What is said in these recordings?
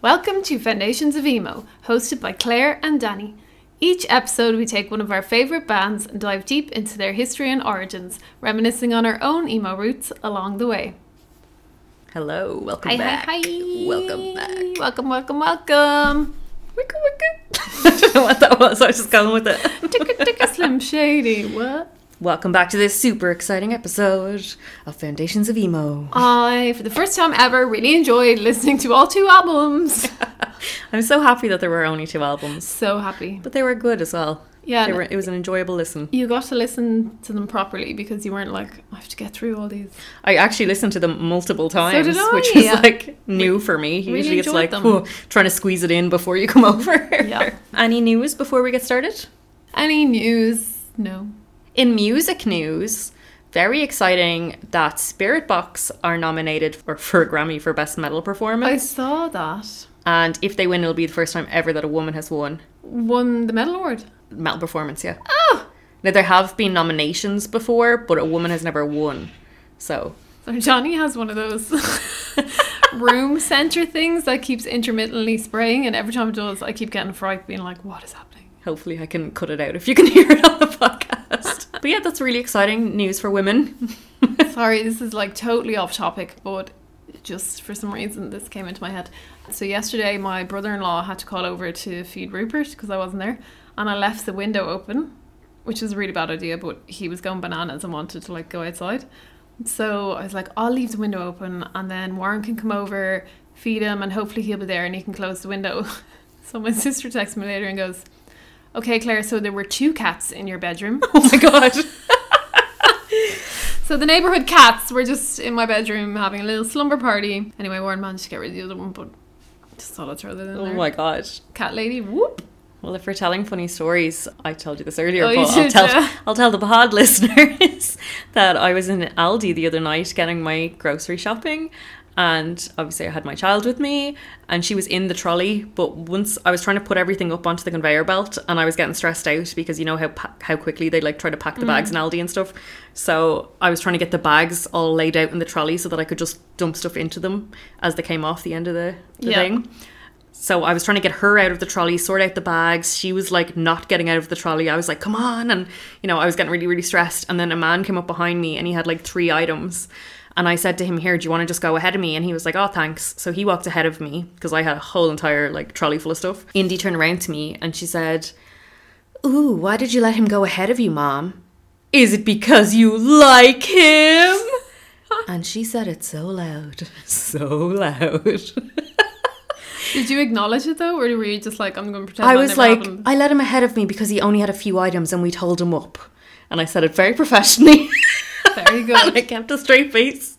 Welcome to Foundations of Emo, hosted by Claire and Danny. Each episode, we take one of our favourite bands and dive deep into their history and origins, reminiscing on our own emo roots along the way. Hello, welcome Hi, back. hi, hi. Welcome back. Welcome, welcome, welcome. Wicka, I wicka. don't know what that was. I was just going with it. Ticka, ticka, slim shady. What? Welcome back to this super exciting episode of Foundations of Emo. I, for the first time ever, really enjoyed listening to all two albums. I'm so happy that there were only two albums, So happy. but they were good as well. Yeah, They no- were, it was an enjoyable listen. You got to listen to them properly because you weren't like, I have to get through all these. I actually listened to them multiple times, did I, which was yeah. like new for me. Usually it's enjoyed like them. "Oh, trying to squeeze it in before you come over. Yeah. Any news before we get started? Any news? No. In music news, very exciting that Spirit Box are nominated for, for a Grammy for Best Metal I Performance. saw that. And if they win, it'll be the first time ever that a woman has won Won the medal award. metal performance, yeah. Oh! Now, there have been nominations before, but a woman has never won. So, So Johnny has one of those room center things that keeps intermittently spraying, and every time it does, I keep getting fright, being like, what is happening? hopefully, I can cut it out if you can hear it on the podcast. but yeah, that's really exciting news for women. Sorry, this is like totally off topic, but just for some reason, this came into my head. So, yesterday, my brother in law had to call over to feed Rupert because I wasn't there, and I left the window open, which is a really bad idea, but he was going bananas and wanted to like go outside. So, I was like, I'll leave the window open, and then Warren can come over, feed him, and hopefully, he'll be there and he can close the window. so, my sister texts me later and goes, Okay, Claire, so there were two cats in your bedroom. Oh my god. So the neighborhood cats were just in my bedroom having a little slumber party. Anyway, Warren managed to get rid of the other one, but just thought I'd throw that in Oh there. my god. Cat lady, whoop! Well, if we're telling funny stories, I told you this earlier, Oh, you but I'll did, tell, yeah. I'll tell the pod listeners that I was in Aldi the other night getting my grocery shopping. And obviously, I had my child with me, and she was in the trolley. But once I was trying to put everything up onto the conveyor belt, and I was getting stressed out because you know how pa- how quickly they like try to pack Mm-hmm. the bags in Aldi and stuff. So I was trying to get the bags all laid out in the trolley so that I could just dump stuff into them as they came off the end of the, the Yeah. thing. So I was trying to get her out of the trolley, sort out the bags. She was like not getting out of the trolley. I was like, come on. And, you know, I was getting really, really stressed. And then a man came up behind me and he had like three items. And I said to him, here, do you want to just go ahead of me? And he was like, oh, thanks. So he walked ahead of me because I had a whole entire like trolley full of stuff. Indy turned around to me and she said, ooh, why did you let him go ahead of you, mom? Is it because you like him? and she said it so loud. So loud. Did you acknowledge it though, or were you just like, I'm going to pretend? I that was never like, happened? I let him ahead of me because he only had a few items and we'd hold him up. And I said it very professionally. very and I good. kept a straight face.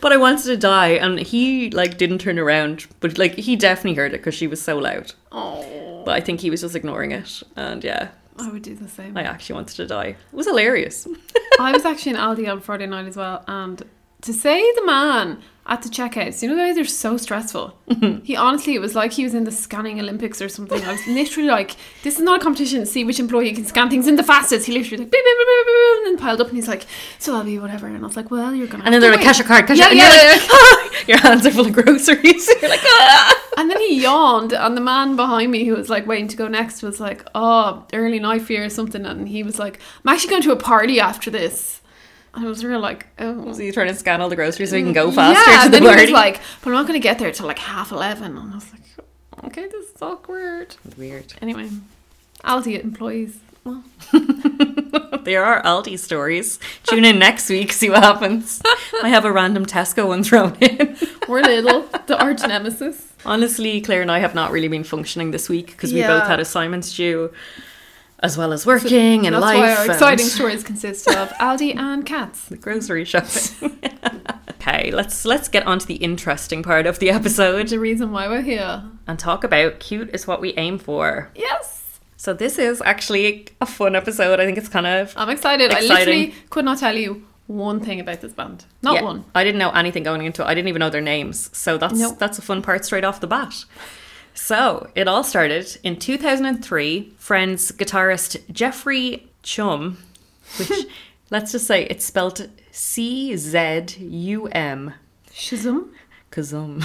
But I wanted to die. And he, like, didn't turn around. But, like, he definitely heard it because she was so loud. Oh, But I think he was just ignoring it. And yeah, I would do the same. I actually wanted to die. It was hilarious. I was actually in Aldi on Friday night as well, and to say the man at the checkouts, you know guys are so stressful. he honestly, it was like he was in the scanning Olympics or something. I was literally like, this is not a competition to see which employee can scan things in the fastest. He literally was like, beep, beep, beep, beep, beep, beep, and then piled up, and he's like, so I'll be whatever. And I was like, well, you're gonna. And then they're like, cash your card, cash Yeah, your yeah, card. And you're like, your hands are full of groceries. you're like, ah. And then he yawned, and the man behind me who was like waiting to go next was like, oh, early night fear or something, and he was like, I'm actually going to a party after this. And I was real like, oh. So you're trying to scan all the groceries so you can go faster to and the then party. he was like, but I'm not going to get there till like half 11. And I was like, okay, this is awkward. Weird. Anyway, Aldi employees. Well, There are Aldi stories. Tune in next week, see what happens. I have a random Tesco one thrown in. we're little, the arch nemesis. Honestly, Claire and I have not really been functioning this week because we Yeah. both had assignments due, as well as working and That's life. why our and exciting stories consist of Aldi and cats. the grocery shopping. okay, let's let's get on to the interesting part of the episode The reason why we're here. and talk about cute is what we aim for. Yes! So this is actually a fun episode. I think it's kind of I'm excited. I literally Exciting. could not tell you one thing about this band. Not Yeah, one. I didn't know anything going into it. I didn't even know their names. So that's Nope. that's a fun part straight off the bat. So it all started in 2003. Friends guitarist Jeffrey Chum, which let's just say it's spelled C Z U M. Shazam. Kazum.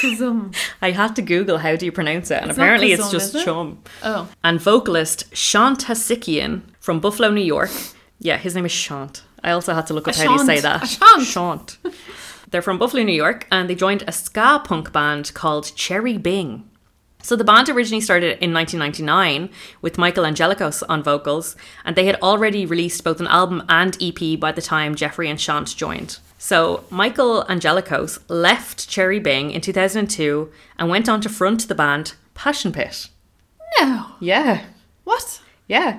Kazum. I had to Google how do you pronounce it, and It's not apparently it's Kazum, just is it? chum. Oh, And vocalist Shant Hasikian from Buffalo, New York. Yeah, his name is Shant. I also had to look up how do you say Ashant. that. Ashant. Shant. They're from Buffalo, New York, and they joined a ska punk band called Cherry Bing. So the band originally started in 1999 with Michael Angelicos on vocals, and they had already released both an album and EP by the time Jeffrey and Shant joined. So Michael Angelicos left Cherry Bing in 2002 and went on to front the band Passion Pit. no. Yeah, What? yeah.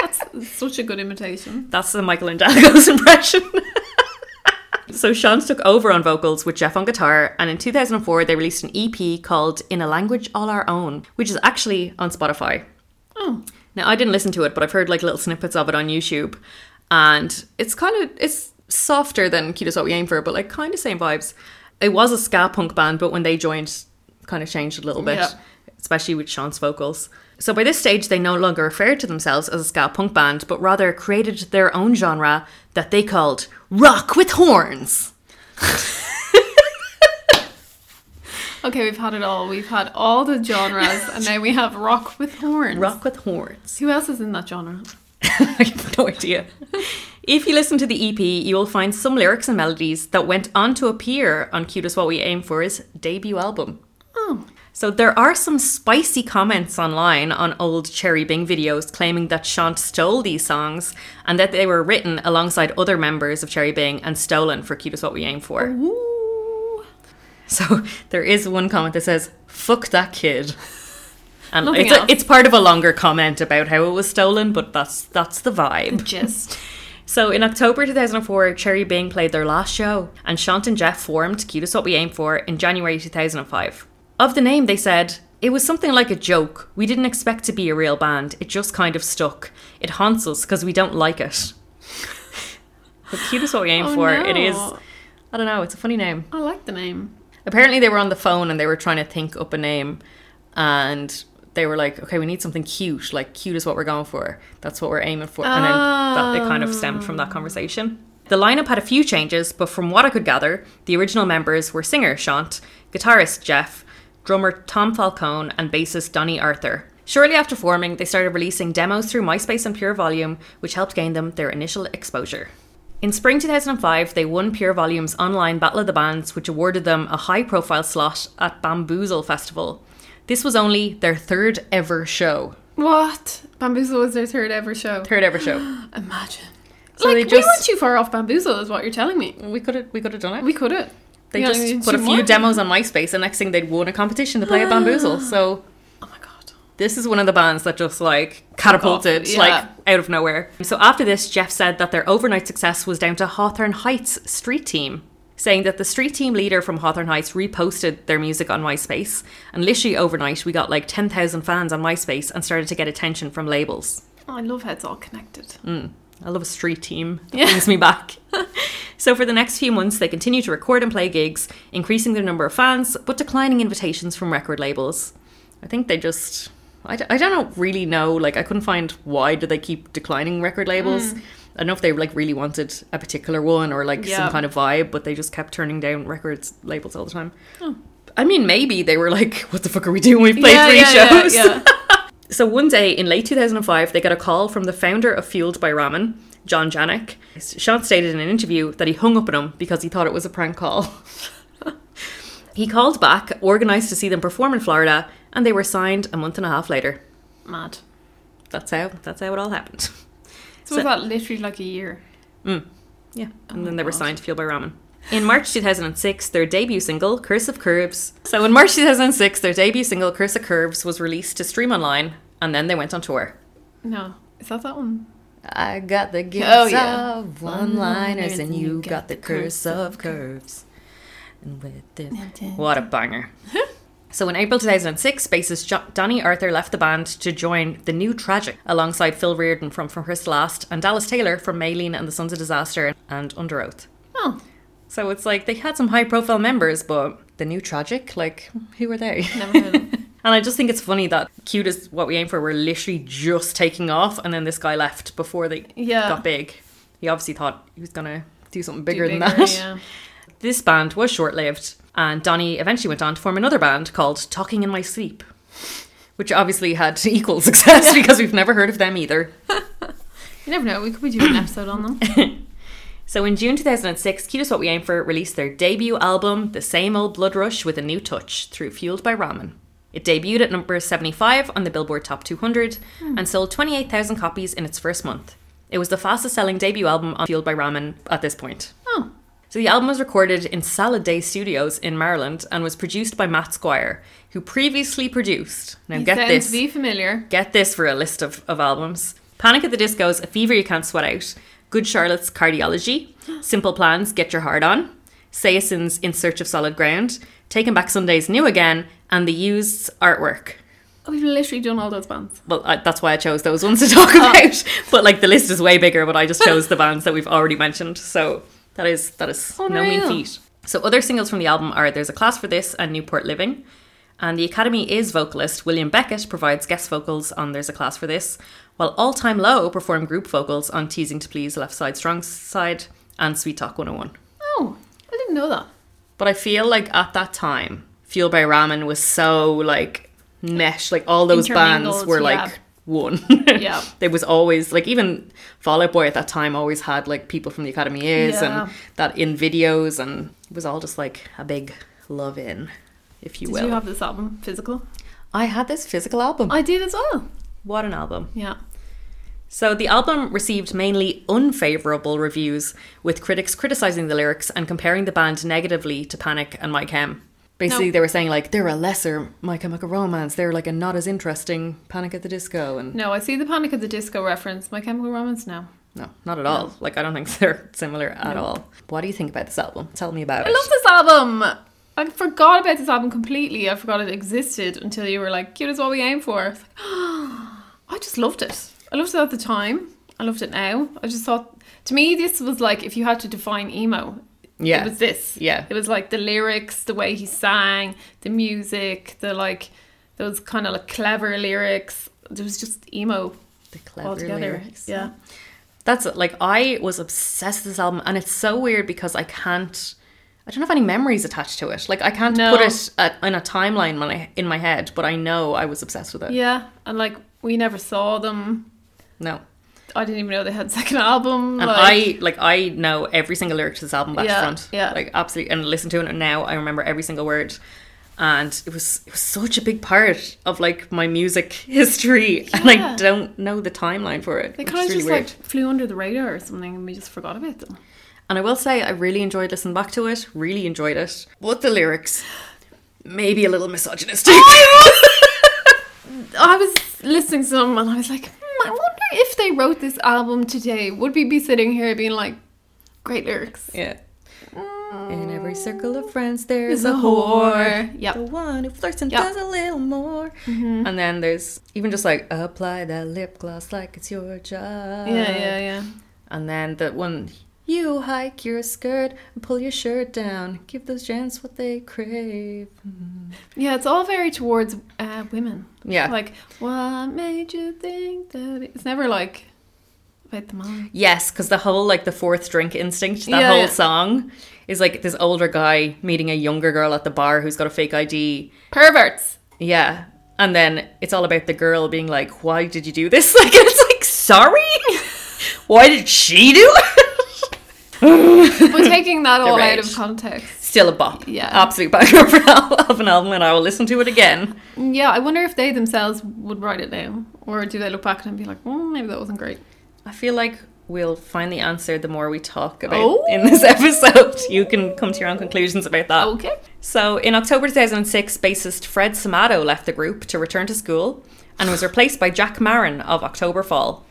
That's such a good imitation. That's the Michael Angelicos impression. so Sean took over on vocals with Jeff on guitar, and in 2004 they released an EP called In a Language All Our Own, which is actually on Spotify. Oh, Now I didn't listen to it, but I've heard like little snippets of it on YouTube, and it's kind of it's softer than "Cute Is What We Aim For," but like kind of same vibes. It was a ska punk band, but when they joined, kind of changed a little bit, Yeah. especially with Sean's vocals. So by this stage, they no longer referred to themselves as a ska punk band, but rather created their own genre that they called rock with horns. okay. We've had it all. We've had all the genres, and now we have rock with horns. Rock with horns. Who else is in that genre? I have no idea. if you listen to the EP, you will find some lyrics and melodies that went on to appear on Cute Is What We Aim For's debut album. Oh, So there are some spicy comments online on old Cherry Bing videos claiming that Shant stole these songs and that they were written alongside other members of Cherry Bing and stolen for Cute Is What We Aim For. Oh. Ooh. So there is one comment that says, fuck that kid. And Nothing it's, a- else. it's part of a longer comment about how it was stolen, but that's that's the vibe. gist. So in October 2004, Cherry Bing played their last show, and Shant and Jeff formed Cute Is What We Aim For in January 2005. Of the name, they said, It was something like a joke. We didn't expect to be a real band. It just kind of stuck. It haunts us because we don't like it. but Cute Is What We Aim Oh, For, it is, no. I don't know, it's a funny name. I like the name. Apparently, they were on the phone and they were trying to think up a name, and they were like, "Okay, we need something cute. Like, cute is what we're going for. That's what we're aiming for." Oh. And then that, it kind of stemmed from that conversation. The lineup had a few changes, but from what I could gather, the original members were singer Shant, guitarist Jeff, drummer Tom Falcone, and bassist Donny Arthur. Shortly after forming, they started releasing demos through MySpace and Pure Volume, which helped gain them their initial exposure. In spring 2005, they won Pure Volume's online Battle of the Bands, which awarded them a high profile slot at Bamboozle Festival. This was only their third ever show. What? Bamboozle was their third ever show. Third ever show. Imagine. So like they we weren't just- too far off Bamboozle, is what you're telling me. We could have we could have done it. We could have. they just put a few demos on MySpace, and next thing they'd won a competition to play at Bamboozle. So Oh my god. this is one of the bands that just like catapulted yeah. like out of nowhere. So after this, Jeff said that their overnight success was down to Hawthorne Heights Street Team, saying that the street team leader from Hawthorne Heights reposted their music on MySpace, and literally overnight we got like ten thousand fans on MySpace and started to get attention from labels. Oh, I love how it's all connected. Mm. I love a street team. That Yeah. brings me back. so for the next few months, they continued to record and play gigs, increasing their number of fans, but declining invitations from record labels. I think they just. I, d- I don't know, really know. Like, I couldn't find why do they keep declining record labels. Mm. I don't know if they like really wanted a particular one or like Yeah. some kind of vibe, but they just kept turning down records labels all the time. I mean, maybe they were like, "What the fuck are we doing? We've played three shows." Oh. Yeah, yeah. So one day in late 2005, they got a call from the founder of Fueled by Ramen, John Janik. Sean stated in an interview that he hung up on him because he thought it was a prank call. he called back, organized to see them perform in Florida, and they were signed a month and a half later. Mad. That's how that's how it all happened. So, was that literally like a year? Yeah, and Oh then my they were God. signed to Fueled by Ramen. In March 2006, their debut single, Curse of Curves. So in March 2006, their debut single, Curse of Curves, was released to stream online, and then they went on tour. No. Is that that one? I got the gifts Oh, yeah. of one-liners, and you got the curse of curves. And with this, what a banger! so in April 2006, bassist jo- Donny Arthur left the band to join the New Tragic alongside Phil Reardon from From First to Last and Dallas Taylor from Maylene and the Sons of Disaster and Under Oath. Oh, So it's like they had some high-profile members, but the New Tragic, like who are they? never heard of them. And I just think it's funny that cute is what we aim for. We're literally just taking off, and then this guy left before they Yeah. got big. He obviously thought he was gonna do something Do bigger, than bigger, that. Yeah. This band was short lived, and Donny eventually went on to form another band called Talking in My Sleep, which obviously had equal success because we've never heard of them either. You never know. We could be doing an episode on them. So in June 2006, Cute is What We Aim For released their debut album, The Same Old Blood Rush with a New Touch, through Fueled by Ramen. It debuted at number 75 on the Billboard Top 200 Hmm. and sold 28,000 copies in its first month. It was the fastest selling debut album on Fueled by Ramen at this point. Oh, So the album was recorded in Salad Day Studios in Maryland and was produced by Matt Squire, who previously produced. Now he get sounds this. V familiar. Get this for a list of, of albums Panic at the Disco's A Fever You Can't Sweat Out, Good Charlotte's Cardiology, Simple Plans Get Your Heart On, Sayerson's In Search of Solid Ground, Taking Back Sunday's New Again, and The Used's Artwork. Oh, We've literally done all those bands. Well, I, that's why I chose those ones to talk about. But like the list is way bigger, but I just chose the bands that we've already mentioned. So that is that is no mean Unreal. feat. So other singles from the album are "There's a Class for This" and "Newport Living," and the Academy is vocalist William Beckett provides guest vocals on "There's a Class for This," while All Time Low perform group vocals on "Teasing to Please," "Left Side," "Strong Side," and "Sweet Talk 101." Oh, I didn't know that. But I feel like at that time, Fueled by Ramen was so like mesh. Like all those bands Intermingled, were yeah. like one. Yeah. There was always like even Fall Out Boy at that time always had like people from the Academy is Yeah. and that in videos and it was all just like a big love in, if you Did will. you have this album physical? I had this physical album. I did as well. what an album. Yeah. So the album received mainly unfavorable reviews, with critics criticizing the lyrics and comparing the band negatively to Panic and My Chem. Basically, No. they were saying like they're a lesser My Chemical Romance, they're like a not as interesting Panic at the Disco, and No, I see the Panic at the Disco reference. My Chemical Romance now. no, not at all. Like I don't think they're similar at all. What do you think about this album? Tell me about I it. love this album. I forgot about this album completely. I forgot it existed until you were like, cute is what we aim for. I, was like, I just loved it. I loved it at the time. I loved it now. I just thought, to me, this was like if you had to define emo, yeah, it was this. yeah, It was like the lyrics, the way he sang, the music, the like, those kind of like clever lyrics. There was just emo the clever altogether. lyrics. Yeah. That's it. like I was obsessed with this album, and it's so weird because I can't. I don't have any memories attached to it. Like I can't No. put it at, in a timeline when I, in my head, but I know I was obsessed with it. Yeah. And like, we never saw them. No, I didn't even know they had a second album. and like- I like I know every single lyric to this album back to Yeah, front. yeah. like absolutely. And listen to it now, I remember every single word. And it was it was such a big part of like my music history, and I Yeah. don't know the timeline for it. They which kind of is really just weird. like flew under the radar or something, and we just forgot about them. And I will say, I really enjoyed listening back to it. Really enjoyed it. But the lyrics, maybe a little misogynistic. I was listening to them, and I was like, hmm, I wonder if they wrote this album today, would we be sitting here being like, great lyrics? Hmm." yeah. In every circle of friends, there's There's a a whore. Mm-hmm. whore. Yep. The one who flirts and Yep. does a little more. And then there's even just like apply that lip gloss like it's your job. Yeah, yeah, yeah. And then the one you hike your skirt and pull your shirt down. Give those gents what they crave. Yeah, it's all very towards uh, women. Yeah. Like, what made you think that? it-" It's never like about the man. Yes, because the whole like the fourth drink instinct, that Yeah, whole yeah. song is like this older guy meeting a younger girl at the bar who's got a fake ID. Perverts. Yeah. And then it's all about the girl being like, Why did you do this? Like it's like, sorry? Why did she do it? We're taking that all out of rage. context. Still a bop. Yeah. Absolute banger of an al- of an album and I will listen to it again. Yeah, I wonder if they themselves would write it down, or do they look back and be like, mm, maybe that wasn't great. I feel like we'll find the answer the more we talk about Oh. in this episode. You can come to your own conclusions about that. Okay. So, in October 2006, bassist Fred Samato left the group to return to school and was replaced by Jack Marin of Octoberfall.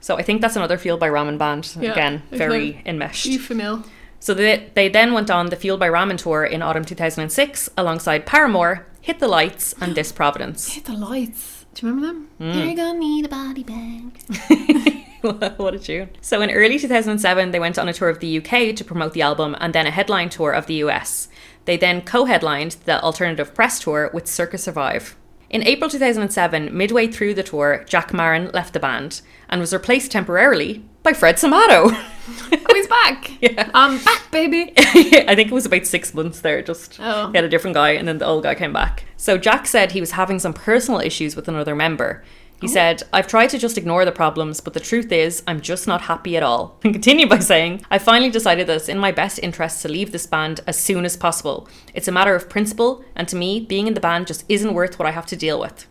So, I think that's another Fueled by Ramen band. Yeah, Again, very okay. enmeshed. You familiar? So, they, they then went on the Fueled by Ramen tour in autumn 2006 alongside Paramore, Hit the Lights, and This Providence. Hit the lights. Do you remember them? Mm. You're gonna need a body bag. what a tune. So, in early 2007, they went on a tour of the UK to promote the album and then a headline tour of the US. They then co headlined the alternative press tour with Circus Survive. In April 2007, midway through the tour, Jack Marin left the band and was replaced temporarily by Fred Samato. Oh, he's back. Yeah. I'm back, baby. I think it was about six months there, just Oh. he had a different guy, and then the old guy came back. So Jack said he was having some personal issues with another member. He Oh. said, I've tried to just ignore the problems, but the truth is, I'm just not happy at all. And continued by saying, I finally decided that it's in my best interest to leave this band as soon as possible. It's a matter of principle, and to me, being in the band just isn't worth what I have to deal with.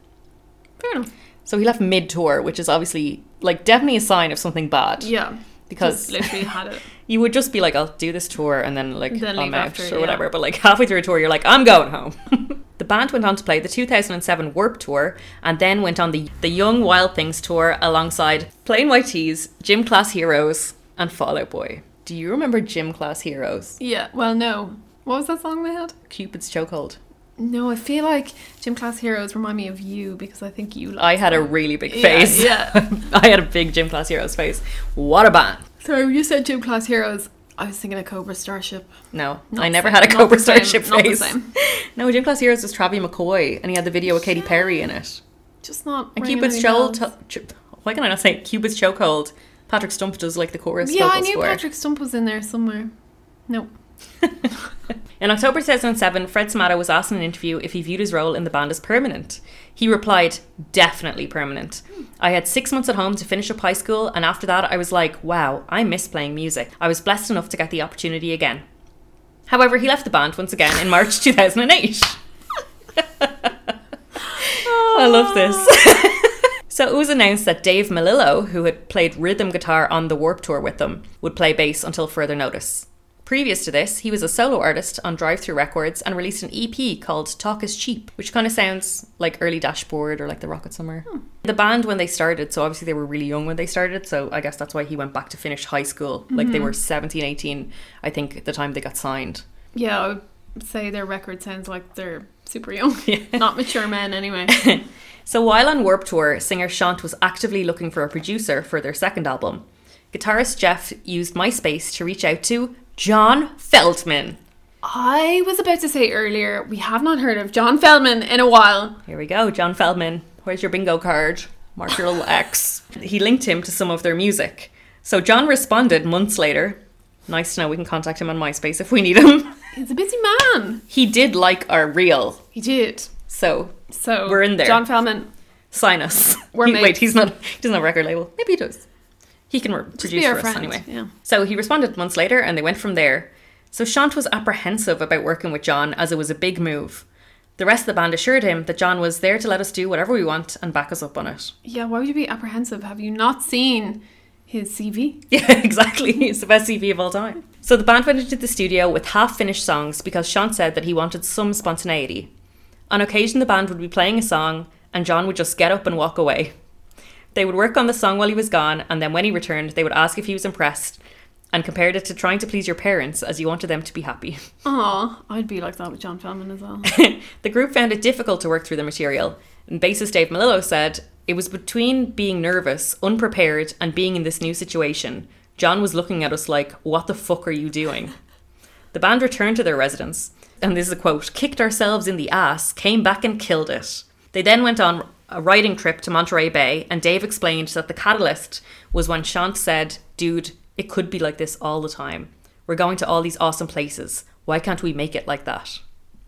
Fair enough. So he left mid tour, which is obviously, like, definitely a sign of something bad. Yeah. Because Just literally had it. you would just be like, I'll do this tour and then like Then I'm leave out after, or yeah. whatever. But like halfway through a tour, you're like, I'm going home. the band went on to play the 2007 Warp Tour and then went on the the Young Wild Things tour alongside Plain White Tees, Gym Class Heroes, and Fall Out Boy. Do you remember Gym Class Heroes? Yeah. Well, no. What was that song they had? Cupid's Chokehold. No, I feel like Gym Class Heroes remind me of you because I think you like. I had a really big Oh. Yeah, face. yeah. I had a big Gym Class Heroes face. What a band! So you said Gym Class Heroes. I was thinking of Cobra Starship. No, Not I the never same- had a not Cobra the same- Starship not the face. same. No, Gym Class Heroes was Travie McCoy, and he had the video with Katy Perry in it. Just not. And ringing Cupid's any chokehold. bells. cho- why can I not say Cupid's chokehold? Patrick Stump does like the chorus. Yeah, I vocals knew for. Patrick Stump was in there somewhere. No. In October 2007, Fred Samato was asked in an interview if he viewed his role in the band as permanent. He replied, "Definitely permanent. I had six months at home to finish up high school, and after that, I was like, wow, I miss playing music. I was blessed enough to get the opportunity again." However, he left the band once again in March 2008. I love this. so it was announced that Dave Melillo, who had played rhythm guitar on the Warp Tour with them, would play bass until further notice. Previous to this, he was a solo artist on Drive Through Records and released an EP called Talk is Cheap, which kind of sounds like early Dashboard or like the Rocket Summer. The band, when they started, so obviously they were really young when they started, so I guess that's why he went back to finish high school. Like they were 17, 18, I think, at the time they got signed. Yeah, I would say their record sounds like they're super young. Yeah. Not mature men, anyway. So while on Warp Tour, singer Shant was actively looking for a producer for their second album. Guitarist Jeff used MySpace to reach out to John Feldman. I was about to say earlier, we have not heard of John Feldman in a while. Here we go, John Feldman. Where's your bingo card? Mark your little X. He linked him to some of their music. So John responded months later. Nice to know we can contact him on MySpace if we need him. He's a busy man. He did like our reel, He did. so So We're in there. John Feldman, sign us. We're He- mates. wait, he's not. He doesn't have a record label. Maybe he does. He can re- just produce be our for us friend. anyway. Yeah. So he responded months later and they went from there. So Shant was apprehensive about working with John as it was a big move. The rest of the band assured him that John was there to let us do whatever we want and back us up on it. Yeah, why would you be apprehensive? Have you not seen his CV? Yeah, exactly. It's the best CV of all time. So the band went into the studio with half finished songs because Sean said that he wanted some spontaneity. On occasion, the band would be playing a song and John would just get up and walk away. They would work on the song while he was gone, and then when he returned, they would ask if he was impressed and compared it to trying to please your parents as you wanted them to be happy. Aw, I'd be like that with John Feldman as well. the group found it difficult to work through the material, and bassist Dave Melillo said, It was between being nervous, unprepared, and being in this new situation. John was looking at us like, What the fuck are you doing? The band returned to their residence, and this is a quote kicked ourselves in the ass, came back and killed it. They then went on a riding trip to Monterey Bay, and Dave explained that the catalyst was when Shant said, Dude, it could be like this all the time. We're going to all these awesome places. Why can't we make it like that?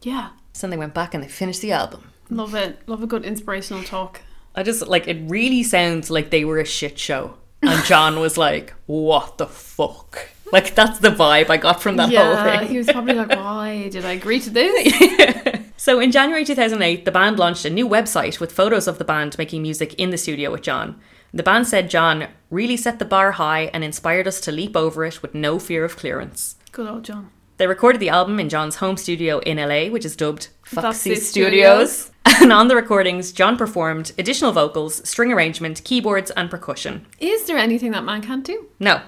yeah, So then they went back and they finished the album. love it. Love a good inspirational talk. I just like it really sounds like they were a shit show. And John was like, What the fuck? Like that's the vibe I got from that yeah, whole he thing. was probably like, why did I agree to this? So in January 2008, the band launched a new website with photos of the band making music in the studio with John. The band said John really set the bar high and inspired us to leap over it with no fear of clearance. Good old John. They recorded the album in John's home studio in LA, which is dubbed Foxy, Foxy Studios. And on the recordings, John performed additional vocals, string arrangement, keyboards, and percussion. Is there anything that man can't do? No,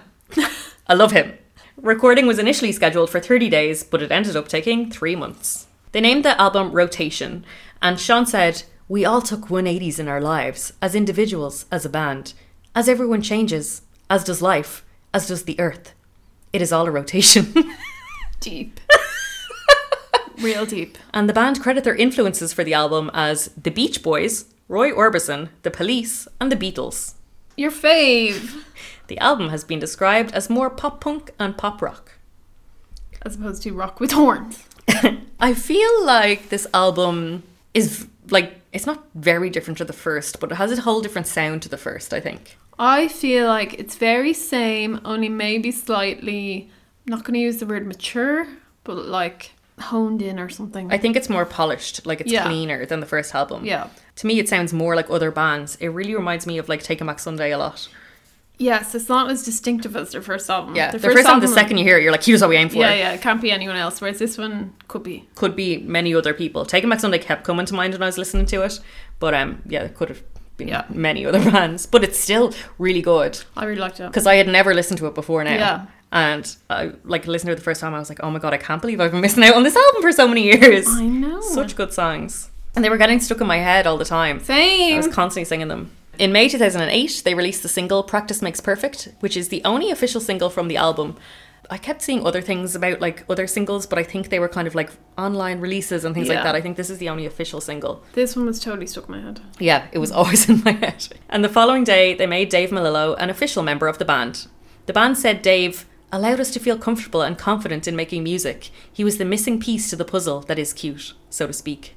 I love him. Recording was initially scheduled for 30 days, but it ended up taking three months. They named the album Rotation, and Sean said, We all took 180s in our lives, as individuals, as a band. As everyone changes, as does life, as does the earth. It is all a rotation. Deep. Real deep. And the band credit their influences for the album as the Beach Boys, Roy Orbison, the Police, and the Beatles. Your fave. The album has been described as more pop punk and pop rock. As opposed to rock with horns. I feel like this album is v- like it's not very different to the first, but it has a whole different sound to the first, I think. I feel like it's very same, only maybe slightly not gonna use the word mature, but like honed in or something. I think it's more polished, like it's Yeah. cleaner than the first album. yeah. To me it sounds more like other bands. It really reminds me of like Take 'Em Back Sunday a lot. Yes, it's not as distinctive as their first album. Yeah. The, first, album, the second you hear it, you're like, here's what we aim for. Yeah, yeah, it can't be anyone else. Whereas this one could be. Could be many other people. Take 'Em Back Sunday kept coming to mind when I was listening to it. But um yeah, it could have been Yeah. many other bands. But it's still really good. I really liked it. because I had never listened to it before now. Yeah. And I like listened to it the first time. I was like, oh my god, I can't believe I've been missing out on this album for so many years. I know. Such good songs, and they were getting stuck in my head all the time. I same. was constantly singing them. In May 2008, they released the single Practice Makes Perfect, which is the only official single from the album. I kept seeing other things about like other singles, but I think they were kind of like online releases and things like Yeah. that. I think this is the only official single. This one was totally stuck in my head. Yeah, it was always in my head. And the following day, they made Dave Melillo an official member of the band. The band said Dave allowed us to feel comfortable and confident in making music. He was the missing piece to the puzzle that is cute, so to speak.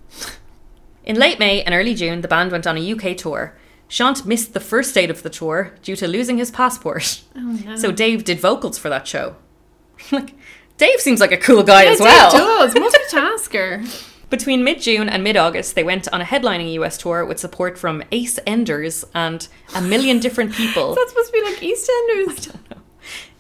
In late May and early June, the band went on a UK tour. Shant missed the first date of the tour due to losing his passport. Oh no. So Dave did vocals for that show. like, Dave seems like a cool guy as It well. does multitasker. Between mid June and mid August, they went on a headlining US tour with support from Ace Enders and a million different people, That's supposed to be like EastEnders.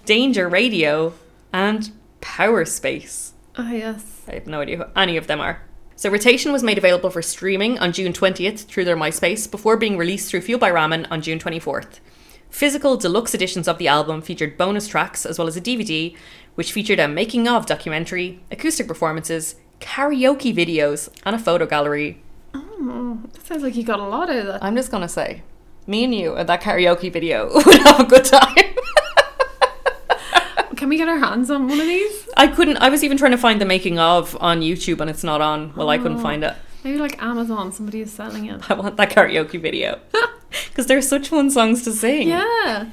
Danger Radio, and Power Space. Oh yes. I have no idea who any of them are. So, Rotation was made available for streaming on June 20th through their MySpace before being released through Fuel by Ramen on June 24th. Physical deluxe editions of the album featured bonus tracks as well as a DVD, which featured a making of documentary, acoustic performances, karaoke videos, and a photo gallery. Oh, that sounds like you got a lot out of that. I'm just gonna say, me and you at that karaoke video would have a good time. Can we get our hands on one of these? I couldn't. I was even trying to find the making of on YouTube, and it's not on. Well, I couldn't find it. Maybe like Amazon, somebody is selling it. I want that karaoke video because there's such fun songs to sing. Yeah.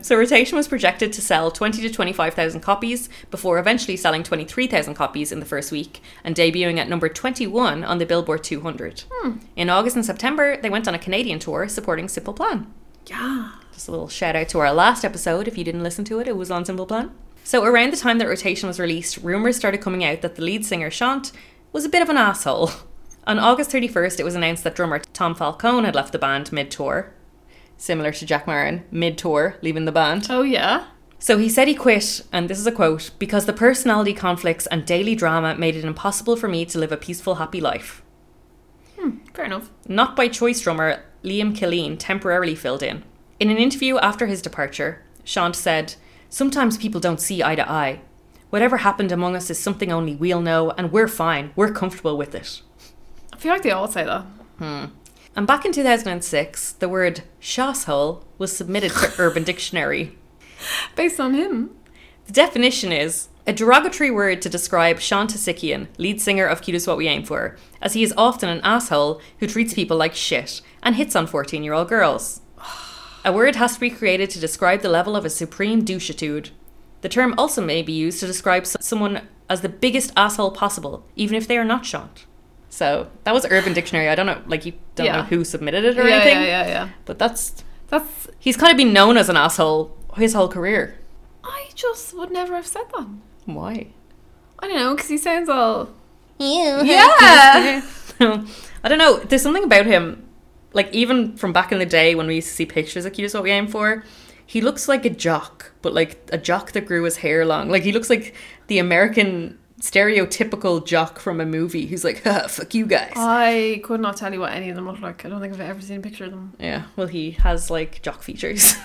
So rotation was projected to sell 20 to 25,000 copies before eventually selling 23,000 copies in the first week and debuting at number 21 on the Billboard 200. In August and September, they went on a Canadian tour supporting Simple Plan. Yeah. Just a little shout out to our last episode. If you didn't listen to it, it was on Simple Plan. So, around the time that Rotation was released, rumours started coming out that the lead singer Shant was a bit of an asshole. On August 31st, it was announced that drummer Tom Falcone had left the band mid tour. Similar to Jack Maron, mid tour, leaving the band. Oh yeah. So he said he quit, and this is a quote, because the personality conflicts and daily drama made it impossible for me to live a peaceful, happy life. Hmm, Fair enough. Not by choice drummer Liam Killeen temporarily filled in. In an interview after his departure, Shant said, Sometimes people don't see eye to eye. Whatever happened among us is something only we'll know, and we're fine. We're comfortable with it. I feel like they all say that. And back in 2006, the word shasshole was submitted to Urban Dictionary. Based on him. The definition is a derogatory word to describe Sean Tasikian, lead singer of Cute is What We Aim For, as he is often an asshole who treats people like shit and hits on 14 year old girls. A word has to be created to describe the level of his supreme douchitude. The term also may be used to describe so- someone as the biggest asshole possible, even if they are not shot. So that was Urban Dictionary. I don't know, like you don't Yeah. know who submitted it or yeah, anything, yeah, yeah, yeah. but that's That's he's kind of been known as an asshole his whole career. I just would never have said that. Why? I don't know, because he sounds all You. Yeah. Um, I don't know. There's something about him, like even from back in the day when we used to see pictures of Cute is What We Aim For, he looks like a jock, but like a jock that grew his hair long. Like he looks like the American stereotypical jock from a movie who's like, "Huh, fuck you guys. I could not tell you what any of them look like. I don't think I've ever seen a picture of them. Yeah, well, he has like jock features.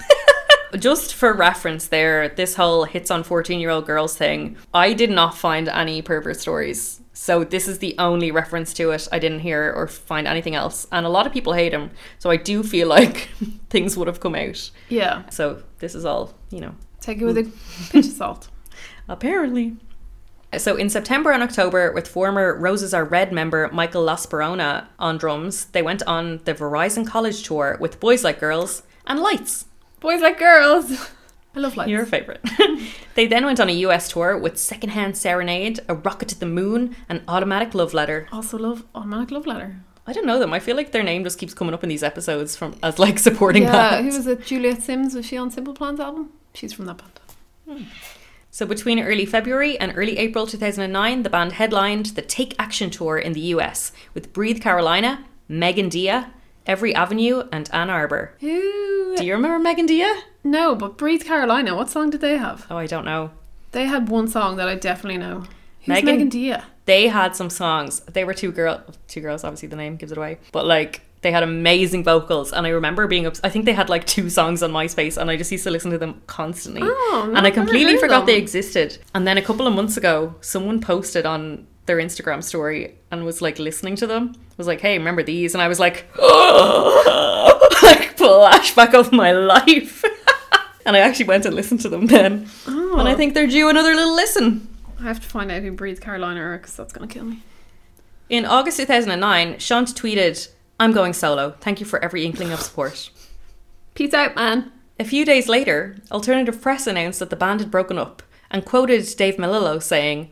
Just for reference, there, this whole hits on 14 year old girls thing, I did not find any pervert stories. So, this is the only reference to it I didn't hear or find anything else. And a lot of people hate him. So, I do feel like things would have come out. Yeah. Hmm. So, this is all, you know, Take it with a pinch of salt. apparently. So in September and October, with former Roses Are Red member Michael Lasperona on drums, they went on the Verizon College tour with Boys Like Girls and Lights. Boys like girls. I love lights. Your favorite. they then went on a US tour with Secondhand Serenade, A Rocket to the Moon, and Automatic Love Letter. also love automatic love letter. I don't know them. I feel like their name just keeps coming up in these episodes from as like supporting yeah, bands. who was it? Juliet Sims was she on Simple Plan's album? She's from that band. So between early February and early April 2009, the band headlined the Take Action Tour in the US with Breathe Carolina, Megan Dia, Every Avenue, and Ann Arbor. Who? Do you remember Megan Dia? No, but Breathe Carolina. What song did they have? Oh, I don't know. They had one song that I definitely know. Who's Megan- Megan, Dia? They had some songs. They were two girl, two girls. Obviously, the name gives it away. But like, they had amazing vocals, and I remember being. Ups- I think they had like two songs on MySpace, and I just used to listen to them constantly. Oh, no, and I I've never completely heard forgot them. they existed. And then a couple of months ago, someone posted on their Instagram story and was like listening to them. Was like, "Hey, remember these?" And I was like, like flashback of my life. and I actually went and listened to them then. Oh, And I think they're due another little listen. I have to find out who Breathe Carolina are because that's gonna kill me. In August 2009, Shant tweeted, I'm going solo. Thank you for every inkling of support. Peace out, man. A few days later, Alternative Press announced that the band had broken up and quoted Dave Melillo saying,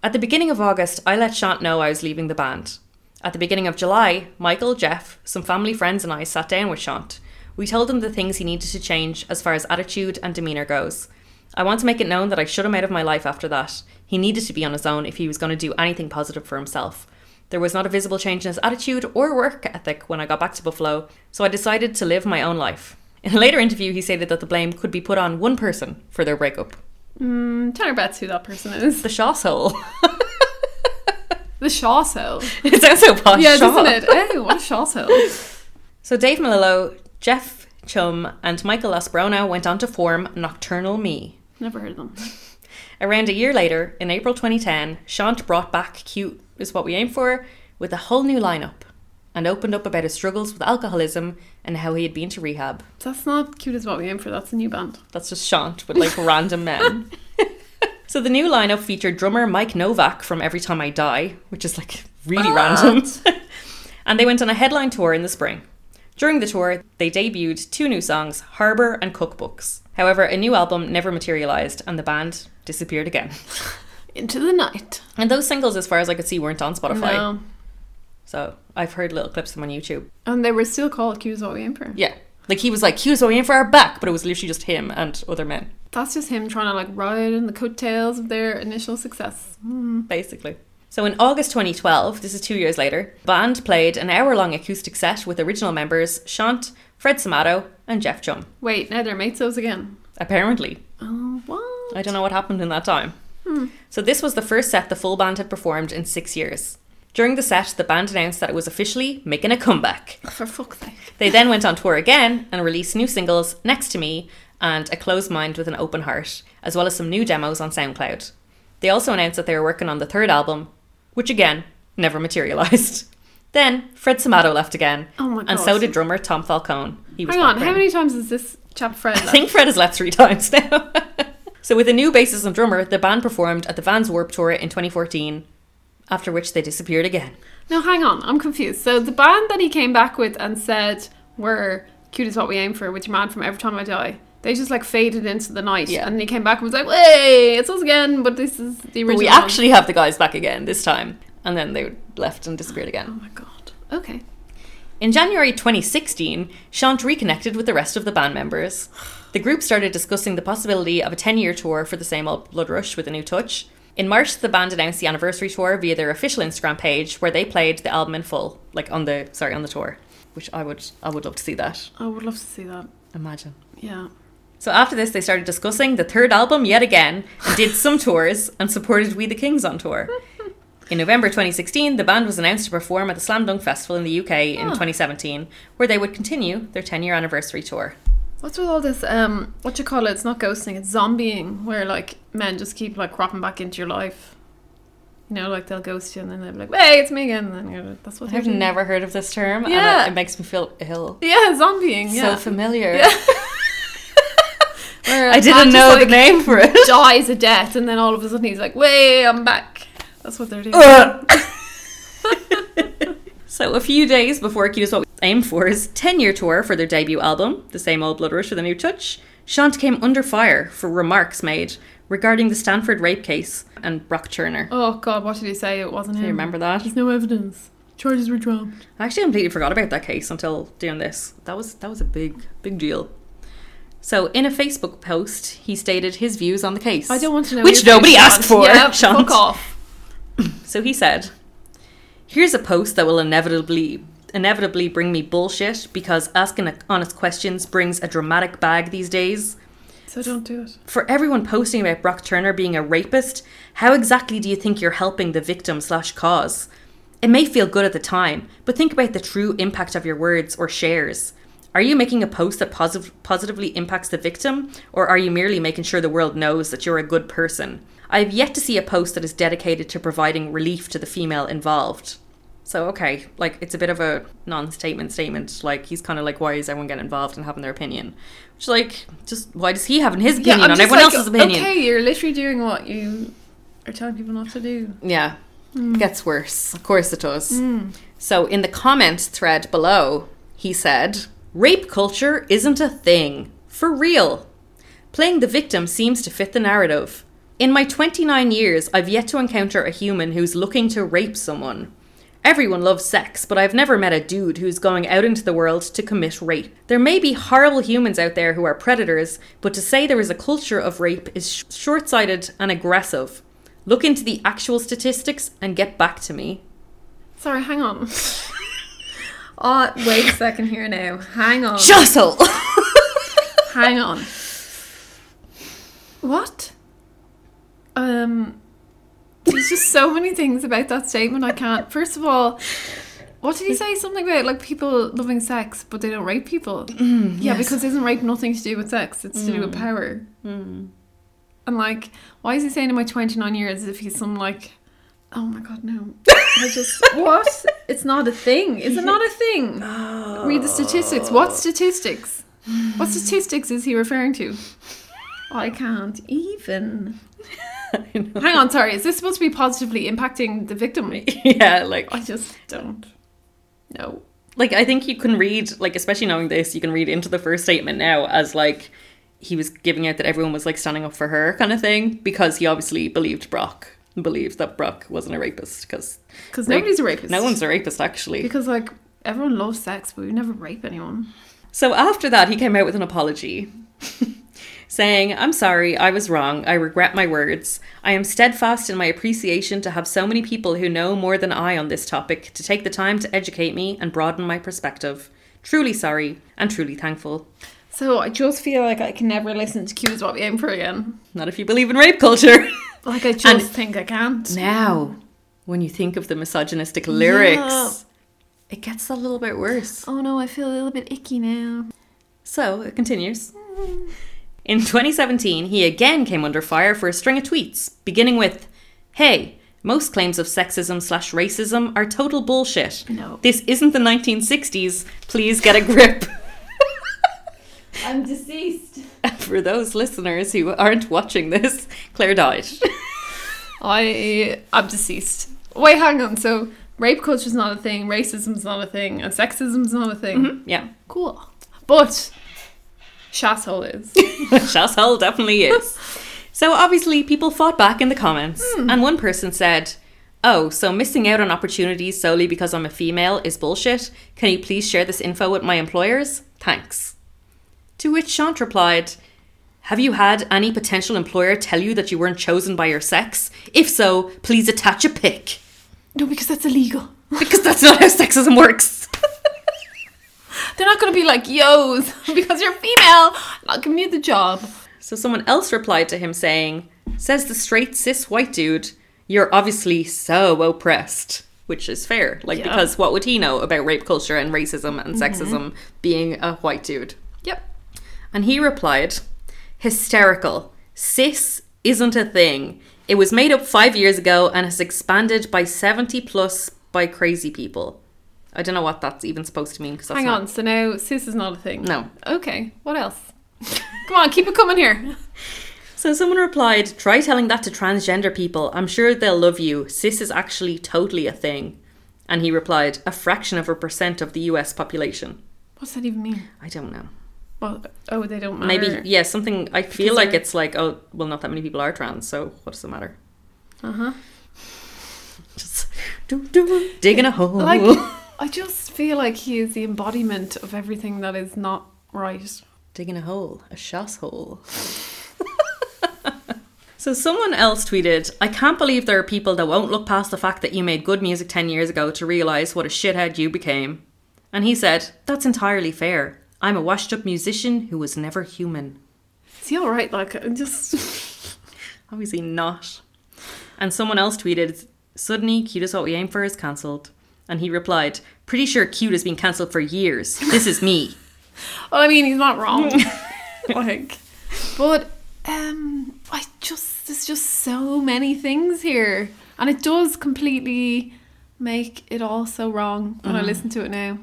At the beginning of August, I let Shant know I was leaving the band. At the beginning of July, Michael, Jeff, some family friends, and I sat down with Shant. We told him the things he needed to change as far as attitude and demeanour goes. I want to make it known that I shut him out of my life after that. He needed to be on his own if he was going to do anything positive for himself. There was not a visible change in his attitude or work ethic when I got back to Buffalo, so I decided to live my own life. In a later interview, he stated that the blame could be put on one person for their breakup Mm, Tanner bets who that person is. the Shaw's hole. The Shaw Cell. it sounds so posh. yeah, Shaw. doesn't it? Oh, what a Shaw Cell. So Dave Melillo, Jeff Chum, and Michael Asperona went on to form Nocturnal Me. Never heard of them. Around a year later, in April 2010, Shant brought back Cute is What We Aim For with a whole new lineup and opened up about his struggles with alcoholism and how he had been to rehab. That's not cute as what we aim for. That's a new band. That's just Shant with like random men. so the new lineup featured drummer Mike Novak from Every Time I Die, which is like really random. and they went on a headline tour in the spring. During the tour, they debuted two new songs, Harbour and Cookbooks. However, a new album never materialized and the band disappeared again. Into the night. And those singles, as far as I could see, weren't on Spotify. No. So I've heard little clips of them on YouTube. And they were still called cute as what we aim for. Yeah. Like he was like, he was going in for our back, but it was literally just him and other men, That's just him trying to like ride in the coattails of their initial success. basically. So in August 2012, this is two years later, band played an hour-long acoustic set with original members Shant, Fred Samato, and Jeff Chum. Wait, now they're mates again. Apparently, Oh, what? I don't know what happened in that time. So this was the first set the full band had performed in six years. During the set, the band announced that it was officially making a comeback. For fuck's sake. They then went on tour again and released new singles Next to Me and A Closed Mind with an Open Heart, as well as some new demos on SoundCloud. They also announced that they were working on the third album, which again never materialized. Then Fred Samato left again, Oh my and God. so did drummer Tom Falcone. He Hang on, back how then. many times has this chap Fred I left? think Fred has left three times now. so with a new bassist and drummer, the band performed at the Vans Warp Tour in 2014, after which they disappeared again. No, hang on, I'm confused. So the band that he came back with and said were cute is what we aim for with your man from Every Time I Die. They just like faded into the night, Yeah. and then he came back and was like, "Hey, it's us again!" But this is the But original. we one." actually have the guys back again this time, and then they left and disappeared again. Oh my god. Okay. In January 2016, Shant reconnected with the rest of the band members. The group started discussing the possibility of a 10 year tour for the same old Blood Rush with a new touch. In March, the band announced the anniversary tour via their official Instagram page, where they played the album in full, like on the sorry on the tour, which I would I would love to see that. I would love to see that. Imagine. Yeah. So after this, they started discussing the third album yet again, and did some tours, and supported We the Kings on tour. In November 2016, the band was announced to perform at the Slam Dunk Festival in the UK in Huh. 2017, where they would continue their 10 year anniversary tour. What's with all this? Um, what you call it? It's not ghosting. It's zombieing, where like men just keep like cropping back into your life. You know, like they'll ghost you, and then they'll be like, "Hey, it's me again." And then you're, that's what they I've do. never heard of this term, Yeah. and it, it makes me feel ill. Yeah, zombieing. Yeah. So familiar. Yeah. Where dinner. I and didn't Pat know just, the like, name for it. Dies a death, and then all of a sudden he's like, "Wait, I'm back." That's what they're doing. Uh. so a few days before Cute is What We Aim For is 10-year tour for their debut album, The Same Old Blood Rush with a New Touch, Shant came under fire for remarks made regarding the Stanford rape case and Brock Turner. Oh God, what did he say? It wasn't him. Do you remember that? There's no evidence. Charges were dropped. I actually completely forgot about that case until doing this. That was that was a big big deal. So in a Facebook post, he stated his views on the case. I don't want to know. Which your nobody face, asked Sean. for, Yeah, Sean. fuck off. So he said, "Here's a post that will inevitably inevitably bring me bullshit because asking honest questions brings a dramatic bag these days. So don't do it. For everyone posting about Brock Turner being a rapist, how exactly do you think you're helping the victim slash cause? It may feel good at the time, but think about the true impact of your words or shares. Are you making a post that posi- positively impacts the victim, or are you merely making sure the world knows that you're a good person? I have yet to see a post that is dedicated to providing relief to the female involved. So, okay, like it's a bit of a non statement statement. Like, he's kind of like, why is everyone getting involved and having their opinion? Which, like, just why does he have in his opinion I'm on just everyone like, else's opinion? Okay, you're literally doing what you are telling people not to do. Yeah. Gets worse. Of course it does. Mm. So in the comment thread below, he said, Rape culture isn't a thing. For real. Playing the victim seems to fit the narrative. In my 29 years, I've yet to encounter a human who's looking to rape someone. Everyone loves sex, but I've never met a dude who's going out into the world to commit rape. There may be horrible humans out there who are predators, but to say there is a culture of rape is sh- short sighted and aggressive. Look into the actual statistics and get back to me. Sorry, hang on. oh, wait a second here now. Hang on. Jostle! Hang on. What? Um, there's just so many things about that statement I can't. First of all, what did he say? Something about like people loving sex, but they don't rape people. yeah, because isn't rape nothing to do with sex? It's to do with power. And like, why is he saying in my 29 years as if he's some like, oh my god, no. I just, what? It's not a thing. Is it not a thing? Read the statistics. What statistics? What statistics is he referring to? I can't even. I know. Hang on, sorry. Is this supposed to be positively impacting the victim? yeah, like I just don't know. like I think you can read like especially knowing this, you can read into the first statement now as like he was giving out that everyone was like standing up for her kind of thing because he obviously believed Brock, believed that Brock wasn't a rapist because Because Rape- nobody's a rapist. no one's a rapist actually. Because like everyone loves sex, but we never rape anyone. So after that, he came out with an apology. Saying, I'm sorry, I was wrong, I regret my words. I am steadfast in my appreciation to have so many people who know more than I on this topic to take the time to educate me and broaden my perspective. Truly sorry and truly thankful. So I just feel like I can never listen to Q is what we aim for again. Not if you believe in rape culture. Like I just And- think I can't. now, when you think of the misogynistic lyrics, Yeah. it gets a little bit worse. Oh no, I feel a little bit icky now. So it continues. In 2017, he again came under fire for a string of tweets, beginning with, Hey, most claims of sexism slash racism are total bullshit. No. This isn't the 1960s. Please get a grip. I'm deceased. for those listeners who aren't watching this, Claire died. I am deceased. Wait, hang on. So rape culture's not a thing, racism's not a thing, and sexism's not a thing. yeah. Cool. But shasshole is. Shasshole definitely is. So obviously, people fought back in the comments, and one person said, "Oh, so missing out on opportunities solely because I'm a female is bullshit. Can you please share this info with my employers? Thanks." To which Shant replied, "Have you had any potential employer tell you that you weren't chosen by your sex? If so, please attach a pic, no, because that's illegal. because that's not how sexism works." They're not gonna be like, yo, because you're female, not giving you the job. So someone else replied to him saying, Says the straight cis white dude, you're obviously so oppressed. Which is fair. Like, Yeah. Mm-hmm. because what would he know about rape culture and racism and sexism being a white dude? Yep. And he replied, Hysterical. Cis isn't a thing. It was made up five years ago and has expanded by 70 plus by crazy people. I don't know what that's even supposed to mean. Cause that's Hang not- on. So now cis is not a thing. No. Okay. What else? Come on, keep it coming here. So someone replied, try telling that to transgender people. I'm sure they'll love you. Cis is actually totally a thing. And he replied, a fraction of a percent of the US population. What's that even mean? I don't know. Well, oh, they don't matter. Maybe, yeah, something. I feel like they're- it's like, oh, well, not that many people are trans, so what does it matter? Uh huh. Just do, do, digging a hole. Like, I just feel like he is the embodiment of everything that is not right. digging a hole, a shoss hole. so someone else tweeted, I can't believe there are people that won't look past the fact that you made good music 10 years ago to realise what a shithead you became. And he said, That's entirely fair. I'm a washed up musician who was never human. Is he all right? Like, I just Obviously not. And someone else tweeted, Suddenly, cute is what we aim for is cancelled. And he replied, Pretty sure cute has been cancelled for years. This is me. Well, I mean, he's not wrong. like, but um, I just there's just so many things here, and it does completely make it all so wrong when I Mm. listen to it now.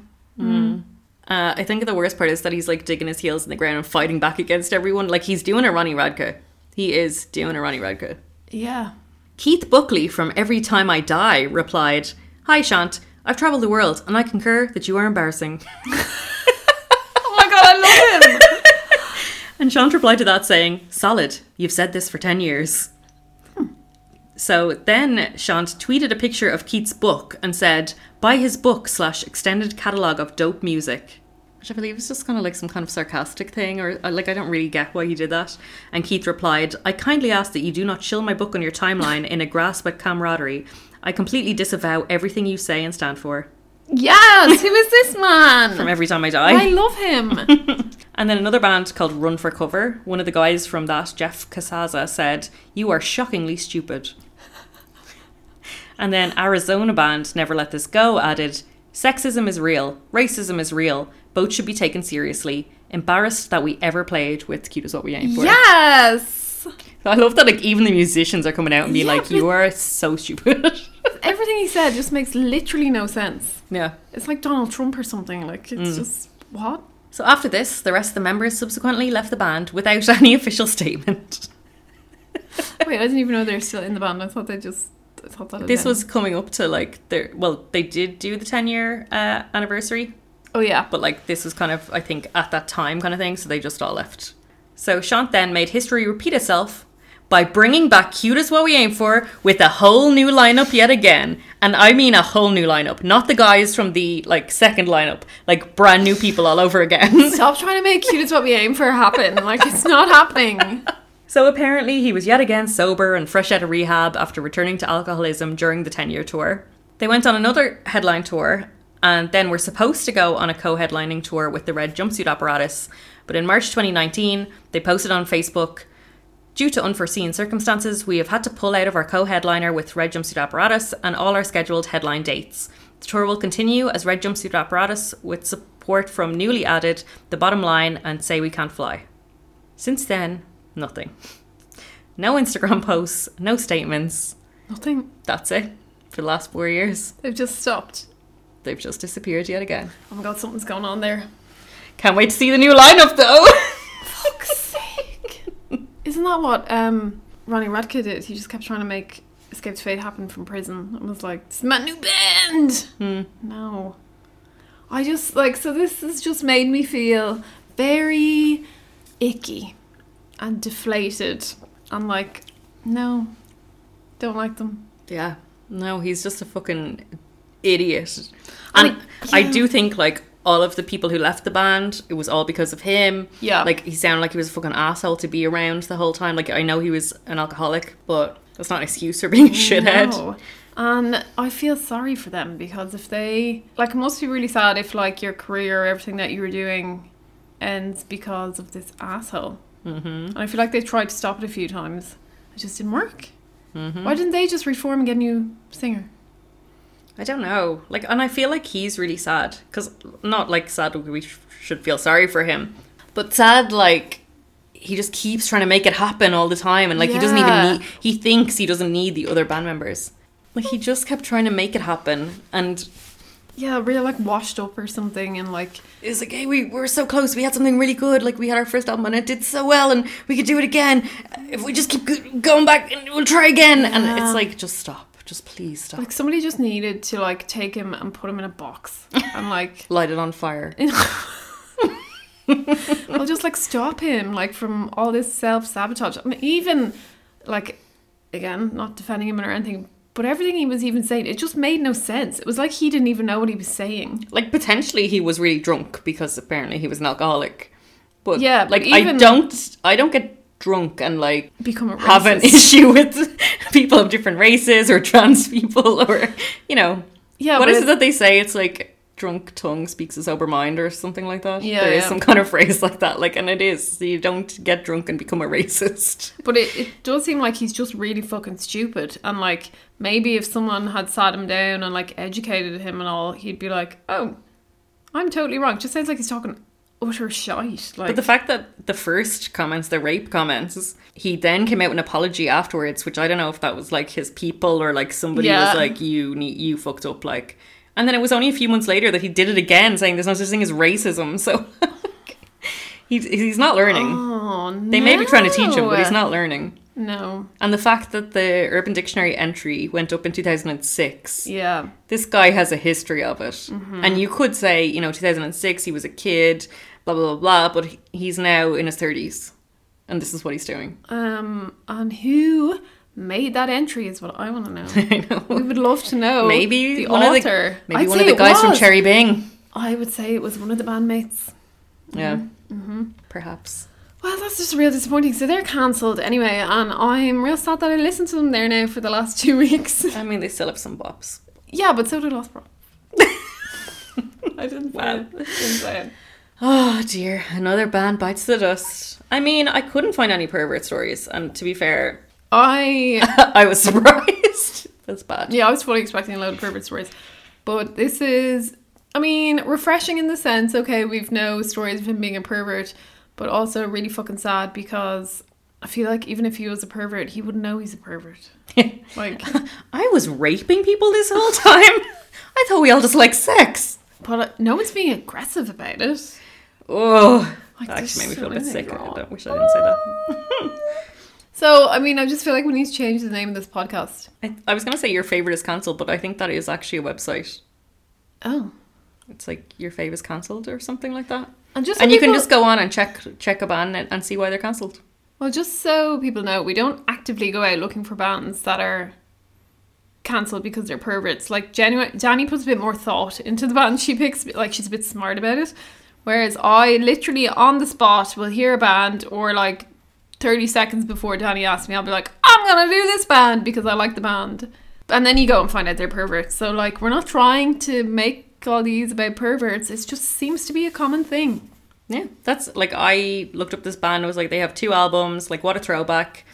Uh, I think the worst part is that he's like digging his heels in the ground and fighting back against everyone. Like he's doing a Ronnie Radke. He is doing a Ronnie Radke. Yeah. Keith Buckley from Every Time I Die replied, Hi Shant, I've travelled the world and I concur that you are embarrassing. Oh my god, I love him. And Shant replied to that saying, Solid, you've said this for 10 years. So then Shant tweeted a picture of Keith's book and said, Buy his book slash extended catalogue of dope music. Which I believe is just kind of like some kind of sarcastic thing, or uh, like I don't really get why he did that. And Keith replied, I kindly ask that you do not chill my book on your timeline in a grasp at camaraderie. I completely disavow everything you say and stand for yes, who is this man? from every time I die. I love him. And then another band called Run for Cover, one of the guys from that, Jeff Casaza, said, You are shockingly stupid. and then Arizona band Never Let This Go added, Sexism is real, racism is real, both should be taken seriously. Embarrassed that we ever played with Cute Is What We Aim For. yes. I love that like even the musicians are coming out and being Yeah, like, but- You are so stupid. Everything he said just makes literally no sense. yeah. It's like Donald Trump or something. Like it's Mm. just what? So after this, the rest of the members subsequently left the band without any official statement. Wait, I didn't even know they're still in the band. I thought they just. I thought that had This been- was coming up to like their well, they did do the ten year uh, anniversary, Oh yeah. but like this was kind of I think at that time kind of thing. So they just all left. So Shant then made history repeat itself by bringing back "Cute is What We Aim For" with a whole new lineup yet again, and I mean a whole new lineup, not the guys from the like second lineup, like brand new people all over again. Stop trying to make cute is what we aim for happen. Like it's not happening. So apparently, he was yet again sober and fresh out of rehab after returning to alcoholism during the 10 year tour. They went on another headline tour and then were supposed to go on a co headlining tour with the Red Jumpsuit Apparatus. But in March 2019, they posted on Facebook Due to unforeseen circumstances, we have had to pull out of our co headliner with Red Jumpsuit Apparatus and all our scheduled headline dates. The tour will continue as Red Jumpsuit Apparatus with support from newly added The Bottom Line and Say We Can't Fly. Since then, nothing. No Instagram posts, no statements. Nothing. That's it. For the last four years, They've just stopped. they've just disappeared yet again. Oh my god, something's going on there. Can't wait to see the new lineup though. Fuck's sake. Isn't that what um, Ronnie Radke did? He just kept trying to make Escape to Fate happen from prison and was like, "It's my new band." Hmm. No. I just like so this has just made me feel very icky and deflated and like no don't like them. Yeah. No, he's just a fucking idiot. I And mean, I yeah. do think like all of the people who left the band, it was all because of him. Yeah. Like he sounded like he was a fucking asshole to be around the whole time. Like I know he was an alcoholic, but that's not an excuse for being a shithead. No. And I feel sorry for them because if they like it must be really sad if like your career or everything that you were doing ends because of this asshole. Mm-hmm. And I feel like they tried to stop it a few times. It just didn't work. Why didn't they just reform and get a new singer? I don't know. Like, and I feel like he's really sad because not like sad we sh- should feel sorry for him, but sad like he just keeps trying to make it happen all the time, and like he doesn't even Yeah. need. He thinks he doesn't need the other band members. Like he just kept trying to make it happen, and Yeah, really like washed up or something, and like It's like, hey, we were so close. We had something really good. Like we had our first album and it did so well, and we could do it again if we just keep go- going back and we'll try again. And Yeah. it's like, just stop, just please stop. like somebody just needed to like take him and put him in a box and like Light it on fire. I'll just like stop him like from all this self sabotage. I mean, even like again, not defending him or anything, but everything he was even saying, it just made no sense. It was like he didn't even know what he was saying. Like potentially he was really drunk because apparently he was an alcoholic. But Yeah, but like I even- don't, I don't get drunk and like Become a have an racist. issue with people of different races or trans people or you know Yeah, what but is it it- that they say it's like drunk tongue speaks a sober mind or something like that Yeah, there is yeah. some kind of phrase like that like and it is you don't get drunk and become a racist But it, it does seem like he's just really fucking stupid. And like maybe if someone had sat him down and like educated him and all, he'd be like, oh, I'm totally wrong. Just sounds like he's talking utter shite. Like, but the fact that the first comments the rape comments he then came out with an apology afterwards which i don't know if that was like his people or like somebody Yeah. was like you need you fucked up like and then it was only a few months later that he did it again saying there's no such thing as racism so he's, he's not learning oh, They may be trying to teach him, but he's no. not learning. No. And the fact that the Urban Dictionary entry went up in 2006, Yeah. this guy has a history of it. And you could say, you know, 2006, he was a kid, blah, blah, blah, blah, but he- he's now in his 30s. And this is what he's doing. Um, and who made that entry is what I want to know. I know. We would love to know. Maybe the one author. of the maybe I'd one say of the it guys from was. Cherry Bing. I would say it was one of the bandmates. Yeah, Mm-hmm. perhaps. Well, that's just real disappointing. So they're cancelled anyway, and I'm real sad that I listened to them there now for the last two weeks. I mean, they still have some bops. yeah, but so did Lost Bro. I didn't say Wow. it. Didn't say it. Oh dear, another band bites the dust. I mean, I couldn't find any pervert stories, and to be fair, I I was surprised. That's bad. yeah, I was fully expecting a load of pervert stories, but this is, I mean, refreshing in the sense. Okay, we've no stories of him being a pervert, but also really fucking sad because I feel like even if he was a pervert, he would know he's a pervert. Like, I was raping people this whole time. I thought we all just like sex. but uh, no one's being aggressive about it. Oh, Like, that there's actually made me so feel a bit many sick. I wrong. don't, wish I didn't say that. So, I mean, I just feel like we need to change the name of this podcast. I, I was gonna say your favorite is cancelled, but I think that is actually a website. Oh, It's like your fave is cancelled or something like that. and just so and you can people- just go on and check check a band and, and see why they're cancelled. well, just so people know, we don't actively go out looking for bands that are cancelled because they're perverts. Like genuine, Danny puts a bit more thought into the band she picks. Like she's a bit smart about it. Whereas I literally on the spot will hear a band or like thirty seconds before Danny asks me, I'll be like, I'm gonna do this band because I like the band. And then you go and find out they're perverts. So like we're not trying to make all these about perverts. It just seems to be a common thing. Yeah, that's like I looked up this band. I was like, they have two albums. Like, what a throwback.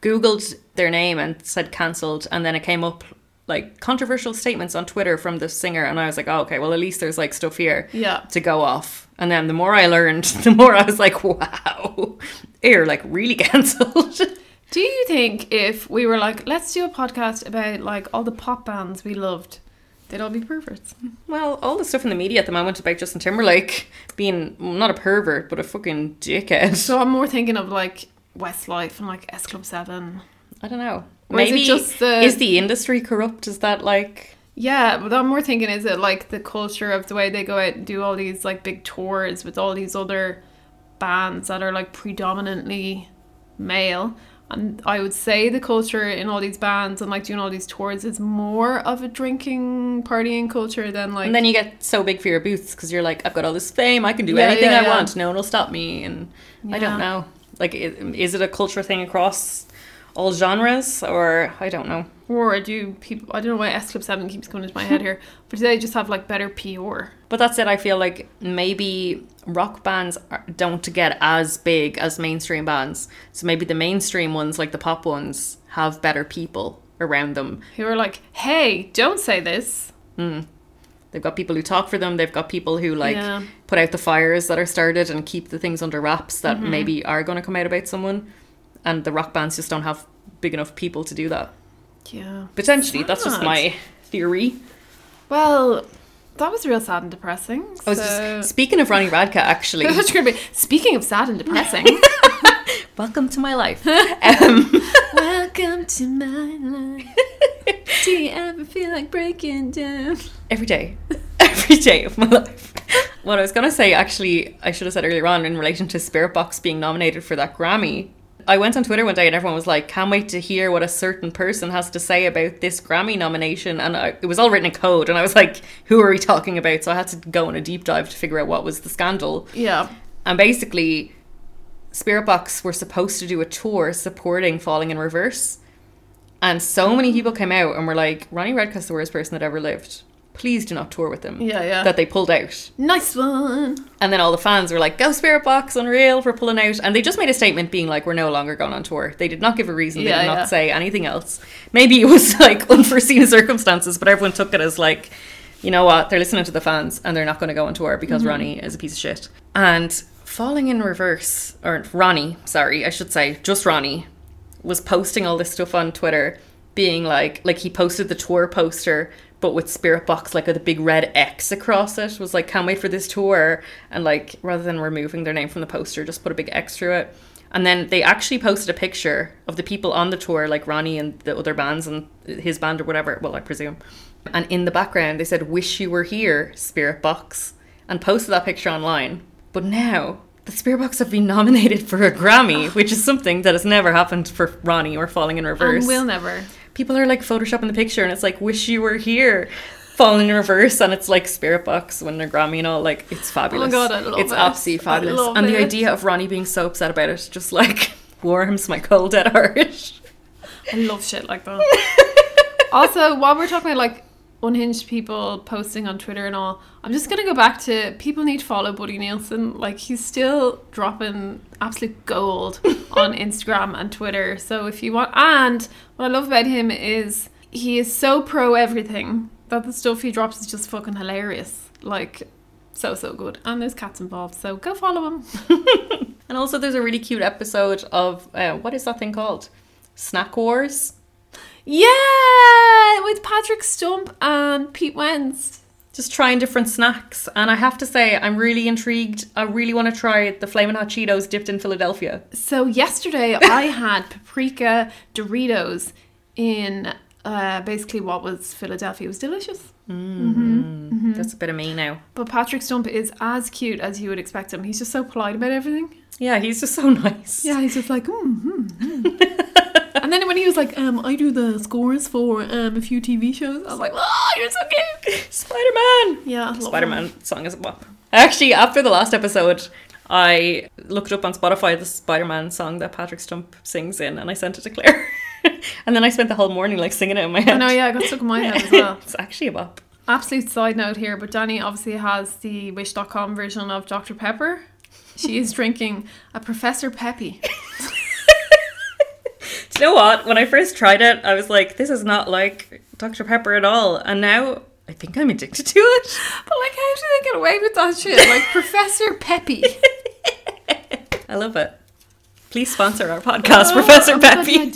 Googled their name and said cancelled, and then it came up like controversial statements on Twitter from the singer, and I was like, oh, okay, well at least there's like stuff here Yeah. to go off. And then the more I learned, the more I was like, wow, they're like really cancelled. Do you think if we were like, let's do a podcast about like all the pop bands we loved, they'd all be perverts? well, all the stuff in the media at the moment about Justin Timberlake being well, not a pervert but a fucking dickhead. So I'm more thinking of like Westlife and like S Club Seven. I don't know. Or is it Maybe just the- is the industry corrupt? Is that like? Yeah, but I'm more thinking is it like the culture of the way they go out and do all these like big tours with all these other bands that are like predominantly male. And I would say the culture in all these bands and like doing all these tours is more of a drinking, partying culture than like And then you get so big for your boots because you're like, I've got all this fame, I can do Yeah, anything yeah, I yeah. want, no one will stop me. And I Yeah. don't know. Like, i- is it a culture thing across all genres or I don't know? Or do people? I don't know why S Club Seven keeps coming into my head here, but do they just have like better PR? But that's it. I feel like maybe rock bands are, don't get as big as mainstream bands. So maybe the mainstream ones, like the pop ones, have better people around them. Who are like, hey, don't say this. They've got people who talk for them. They've got people who like Yeah. put out the fires that are started and keep the things under wraps that maybe are going to come out about someone. And the rock bands just don't have big enough people to do that. Yeah. Potentially, that's just Sad. my theory. Well, That was real sad and depressing. I was just speaking of Ronnie Radka, actually. going to be speaking of sad and depressing. Welcome to my life. um, Welcome to my life. Do you ever feel like breaking down? every day, every day of my life. What I was gonna say, actually, I should have said earlier on in relation to Spirit Box being nominated for that Grammy. I went on Twitter one day and everyone was like, "Can't wait to hear what a certain person has to say about this Grammy nomination." And I, it was all written in code, and I was like, "Who are we talking about?" So I had to go on a deep dive to figure out what was the scandal. Yeah. And basically, Spirit Box were supposed to do a tour supporting Falling in Reverse. And so many people came out and were like, Ronnie Redcast, the worst person that ever lived. Please do not tour with them. Yeah, yeah. That they pulled out. Nice one. And then all the fans were like, go Spirit Box, unreal for pulling out. And they just made a statement being like, we're no longer going on tour. They did not give a reason. They Yeah, did not yeah. say anything else. Maybe it was like unforeseen circumstances, but everyone took it as like, you know what, they're listening to the fans and they're not going to go on tour because Ronnie is a piece of shit. And Falling in Reverse, or Ronnie, sorry, I should say, just Ronnie, was posting all this stuff on Twitter, being like, like he posted the tour poster, but with Spirit Box like with a big red X across it. Was like, can't wait for this tour, and like rather than removing their name from the poster, just put a big X through it. And then they actually posted a picture of the people on the tour, like Ronnie and the other bands and his band or whatever. Well, I presume. And in the background, they said, "Wish you were here, Spirit Box," and posted that picture online. But now the Spirit Box have been nominated for a Grammy, which is something that has never happened for Ronnie or Falling in Reverse. And we'll never. People are like photoshopping the picture, and it's like, "Wish you were here." Falling in reverse, and it's like Spirit Box winning a Grammy and all. Like, it's fabulous. Oh God, I love It's it. absolutely I fabulous. love and the it. idea of Ronnie being so upset about it just like warms my cold dead heart. I love shit like that. also, while we're talking about like unhinged people posting on Twitter and all, I'm just gonna go back to people need to follow Buddy Nielsen. Like he's still dropping absolute gold on Instagram and Twitter. So if you want, and what I love about him is he is so pro everything that the stuff he drops is just fucking hilarious. Like. So so good, and there's cats involved. So go follow him. And also, there's a really cute episode of uh, what is that thing called? Snack Wars. Yeah, with Patrick Stump and Pete Wentz. Just trying different snacks, and I have to say, I'm really intrigued. I really want to try the Flamin' Hot Cheetos dipped in Philadelphia. So yesterday I had paprika Doritos in uh, basically what was Philadelphia. It was delicious. Mm-hmm. That's a bit of me now. But Patrick Stump is as cute as you would expect him. He's just so polite about everything. Yeah, he's just so nice. Yeah, he's just like, mm mm, mm." and then when he was like, um, I do the scores for um, a few TV shows, I was like, oh, you're so cute. Spider Man. Yeah, I love Spider him. Man song is a bop. Actually, after the last episode, I looked up on Spotify the Spider Man song that Patrick Stump sings in, and I sent it to Claire. and then I spent the whole morning like singing it in my I head. know, Oh, yeah, I got stuck in my head as well. it's actually a bop. Absolute side note here, but Danny obviously has the wish.com version of Dr. Pepper. She is drinking a Professor Peppy. Do you know what? When I first tried it, I was like, this is not like Dr. Pepper at all. And now I think I'm addicted to it. But like, how do they get away with that shit? Like Professor Peppy, I love it. Please sponsor our podcast, oh, Professor Peppy.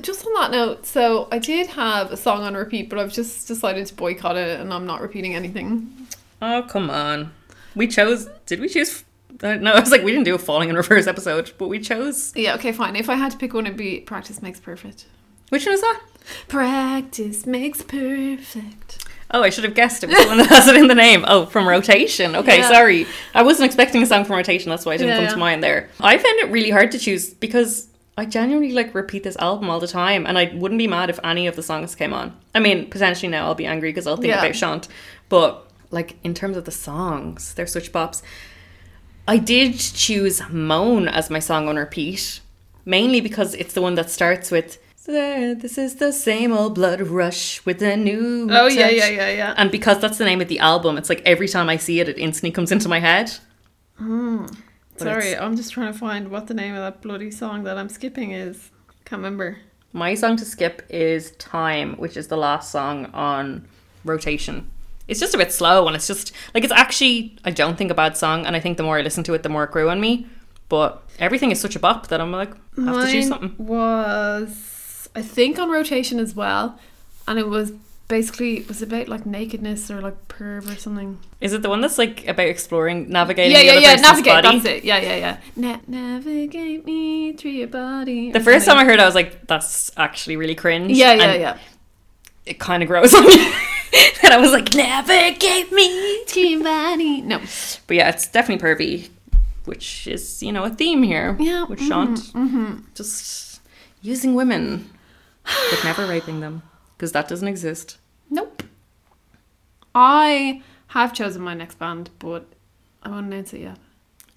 Just on that note, so I did have a song on repeat, but I've just decided to boycott it, and I'm not repeating anything. Oh, come on. We chose. Did we choose. Uh, no, I was like, we didn't do a falling in reverse episode, but we chose. Yeah, okay, fine. If I had to pick one, it'd be "Practice Makes Perfect." Which one is that? Practice makes perfect. Oh, I should have guessed it was the one that has it in the name. Oh, from Rotation. Okay, Yeah. sorry. I wasn't expecting a song from Rotation, that's why I didn't Yeah, come yeah. to mind there. I found it really hard to choose because I genuinely like repeat this album all the time and I wouldn't be mad if any of the songs came on. I mean, potentially now I'll be angry because I'll think Yeah. about Shant. But like in terms of the songs, they're such bops. I did choose Moan as my song on repeat, mainly because it's the one that starts with this is the same old blood rush with a new Oh yeah, touch." yeah, yeah, yeah. And because that's the name of the album, it's like every time I see it, it instantly comes into my head. But Sorry, it's- I'm just trying to find what the name of that bloody song that I'm skipping is. Can't remember. My song to skip is Time, which is the last song on rotation. It's just a bit slow and it's just like it's actually, I don't think, a bad song. And I think the more I listen to it, the more it grew on me. But everything is such a bop that I'm like, I have to choose Mine something. was I think on rotation as well, and it was basically was about like nakedness or like perv or something. Is it the one that's like about exploring, navigating? yeah, the yeah, other yeah. person's Navigate. body? That's it. Yeah, yeah, yeah. Na- navigate me through your body. The first time I heard, it, I was like, "That's actually really cringe." Yeah, yeah, and yeah. It kind of grows on me. and I was like, "Navigate me." To your body. No. But yeah, it's definitely pervy, which is you know a theme here. Yeah, with mhm, Shant just using women, but never raping them because that doesn't exist. Nope. I have chosen my next band, but I won't announce it yet.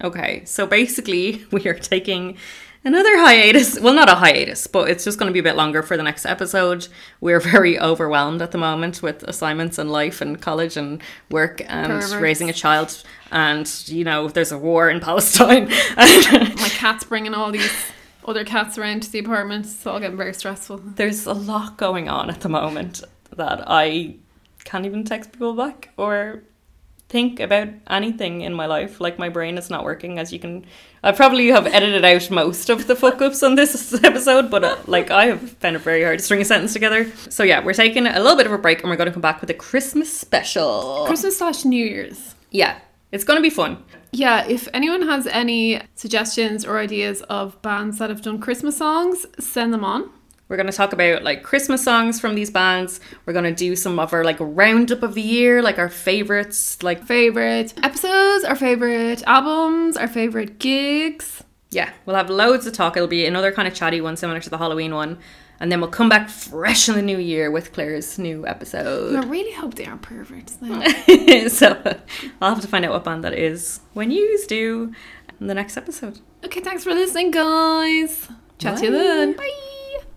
Okay, so basically, we are taking another hiatus. Well, not a hiatus, but it's just going to be a bit longer for the next episode. We're very overwhelmed at the moment with assignments and life and college and work and Perverts. raising a child. And, you know, there's a war in Palestine. My cat's bringing all these other cats around to the apartment. It's all getting very stressful. there's a lot going on at the moment that I can't even text people back or think about anything in my life. Like my brain is not working, as you can. I probably have edited out most of the fuck ups on this episode, but uh, like I have found it very hard to string a sentence together. So yeah, we're taking a little bit of a break, and we're going to come back with a Christmas special. Christmas slash New Year's. yeah, it's going to be fun. Yeah, if anyone has any suggestions or ideas of bands that have done Christmas songs, send them on. We're going to talk about like Christmas songs from these bands. We're going to do some of our like roundup of the year, like our favorites, like Favorite episodes, our favorite albums, our favorite gigs. Yeah, we'll have loads of talk. It'll be another kind of chatty one, similar to the Halloween one. And then we'll come back fresh in the new year with Claire's new I episode. really hope they aren't perverts. Now. so I'll have to find out what band that is when you do in the next episode. okay, thanks for listening, guys. Chat to you Bye. then. Bye.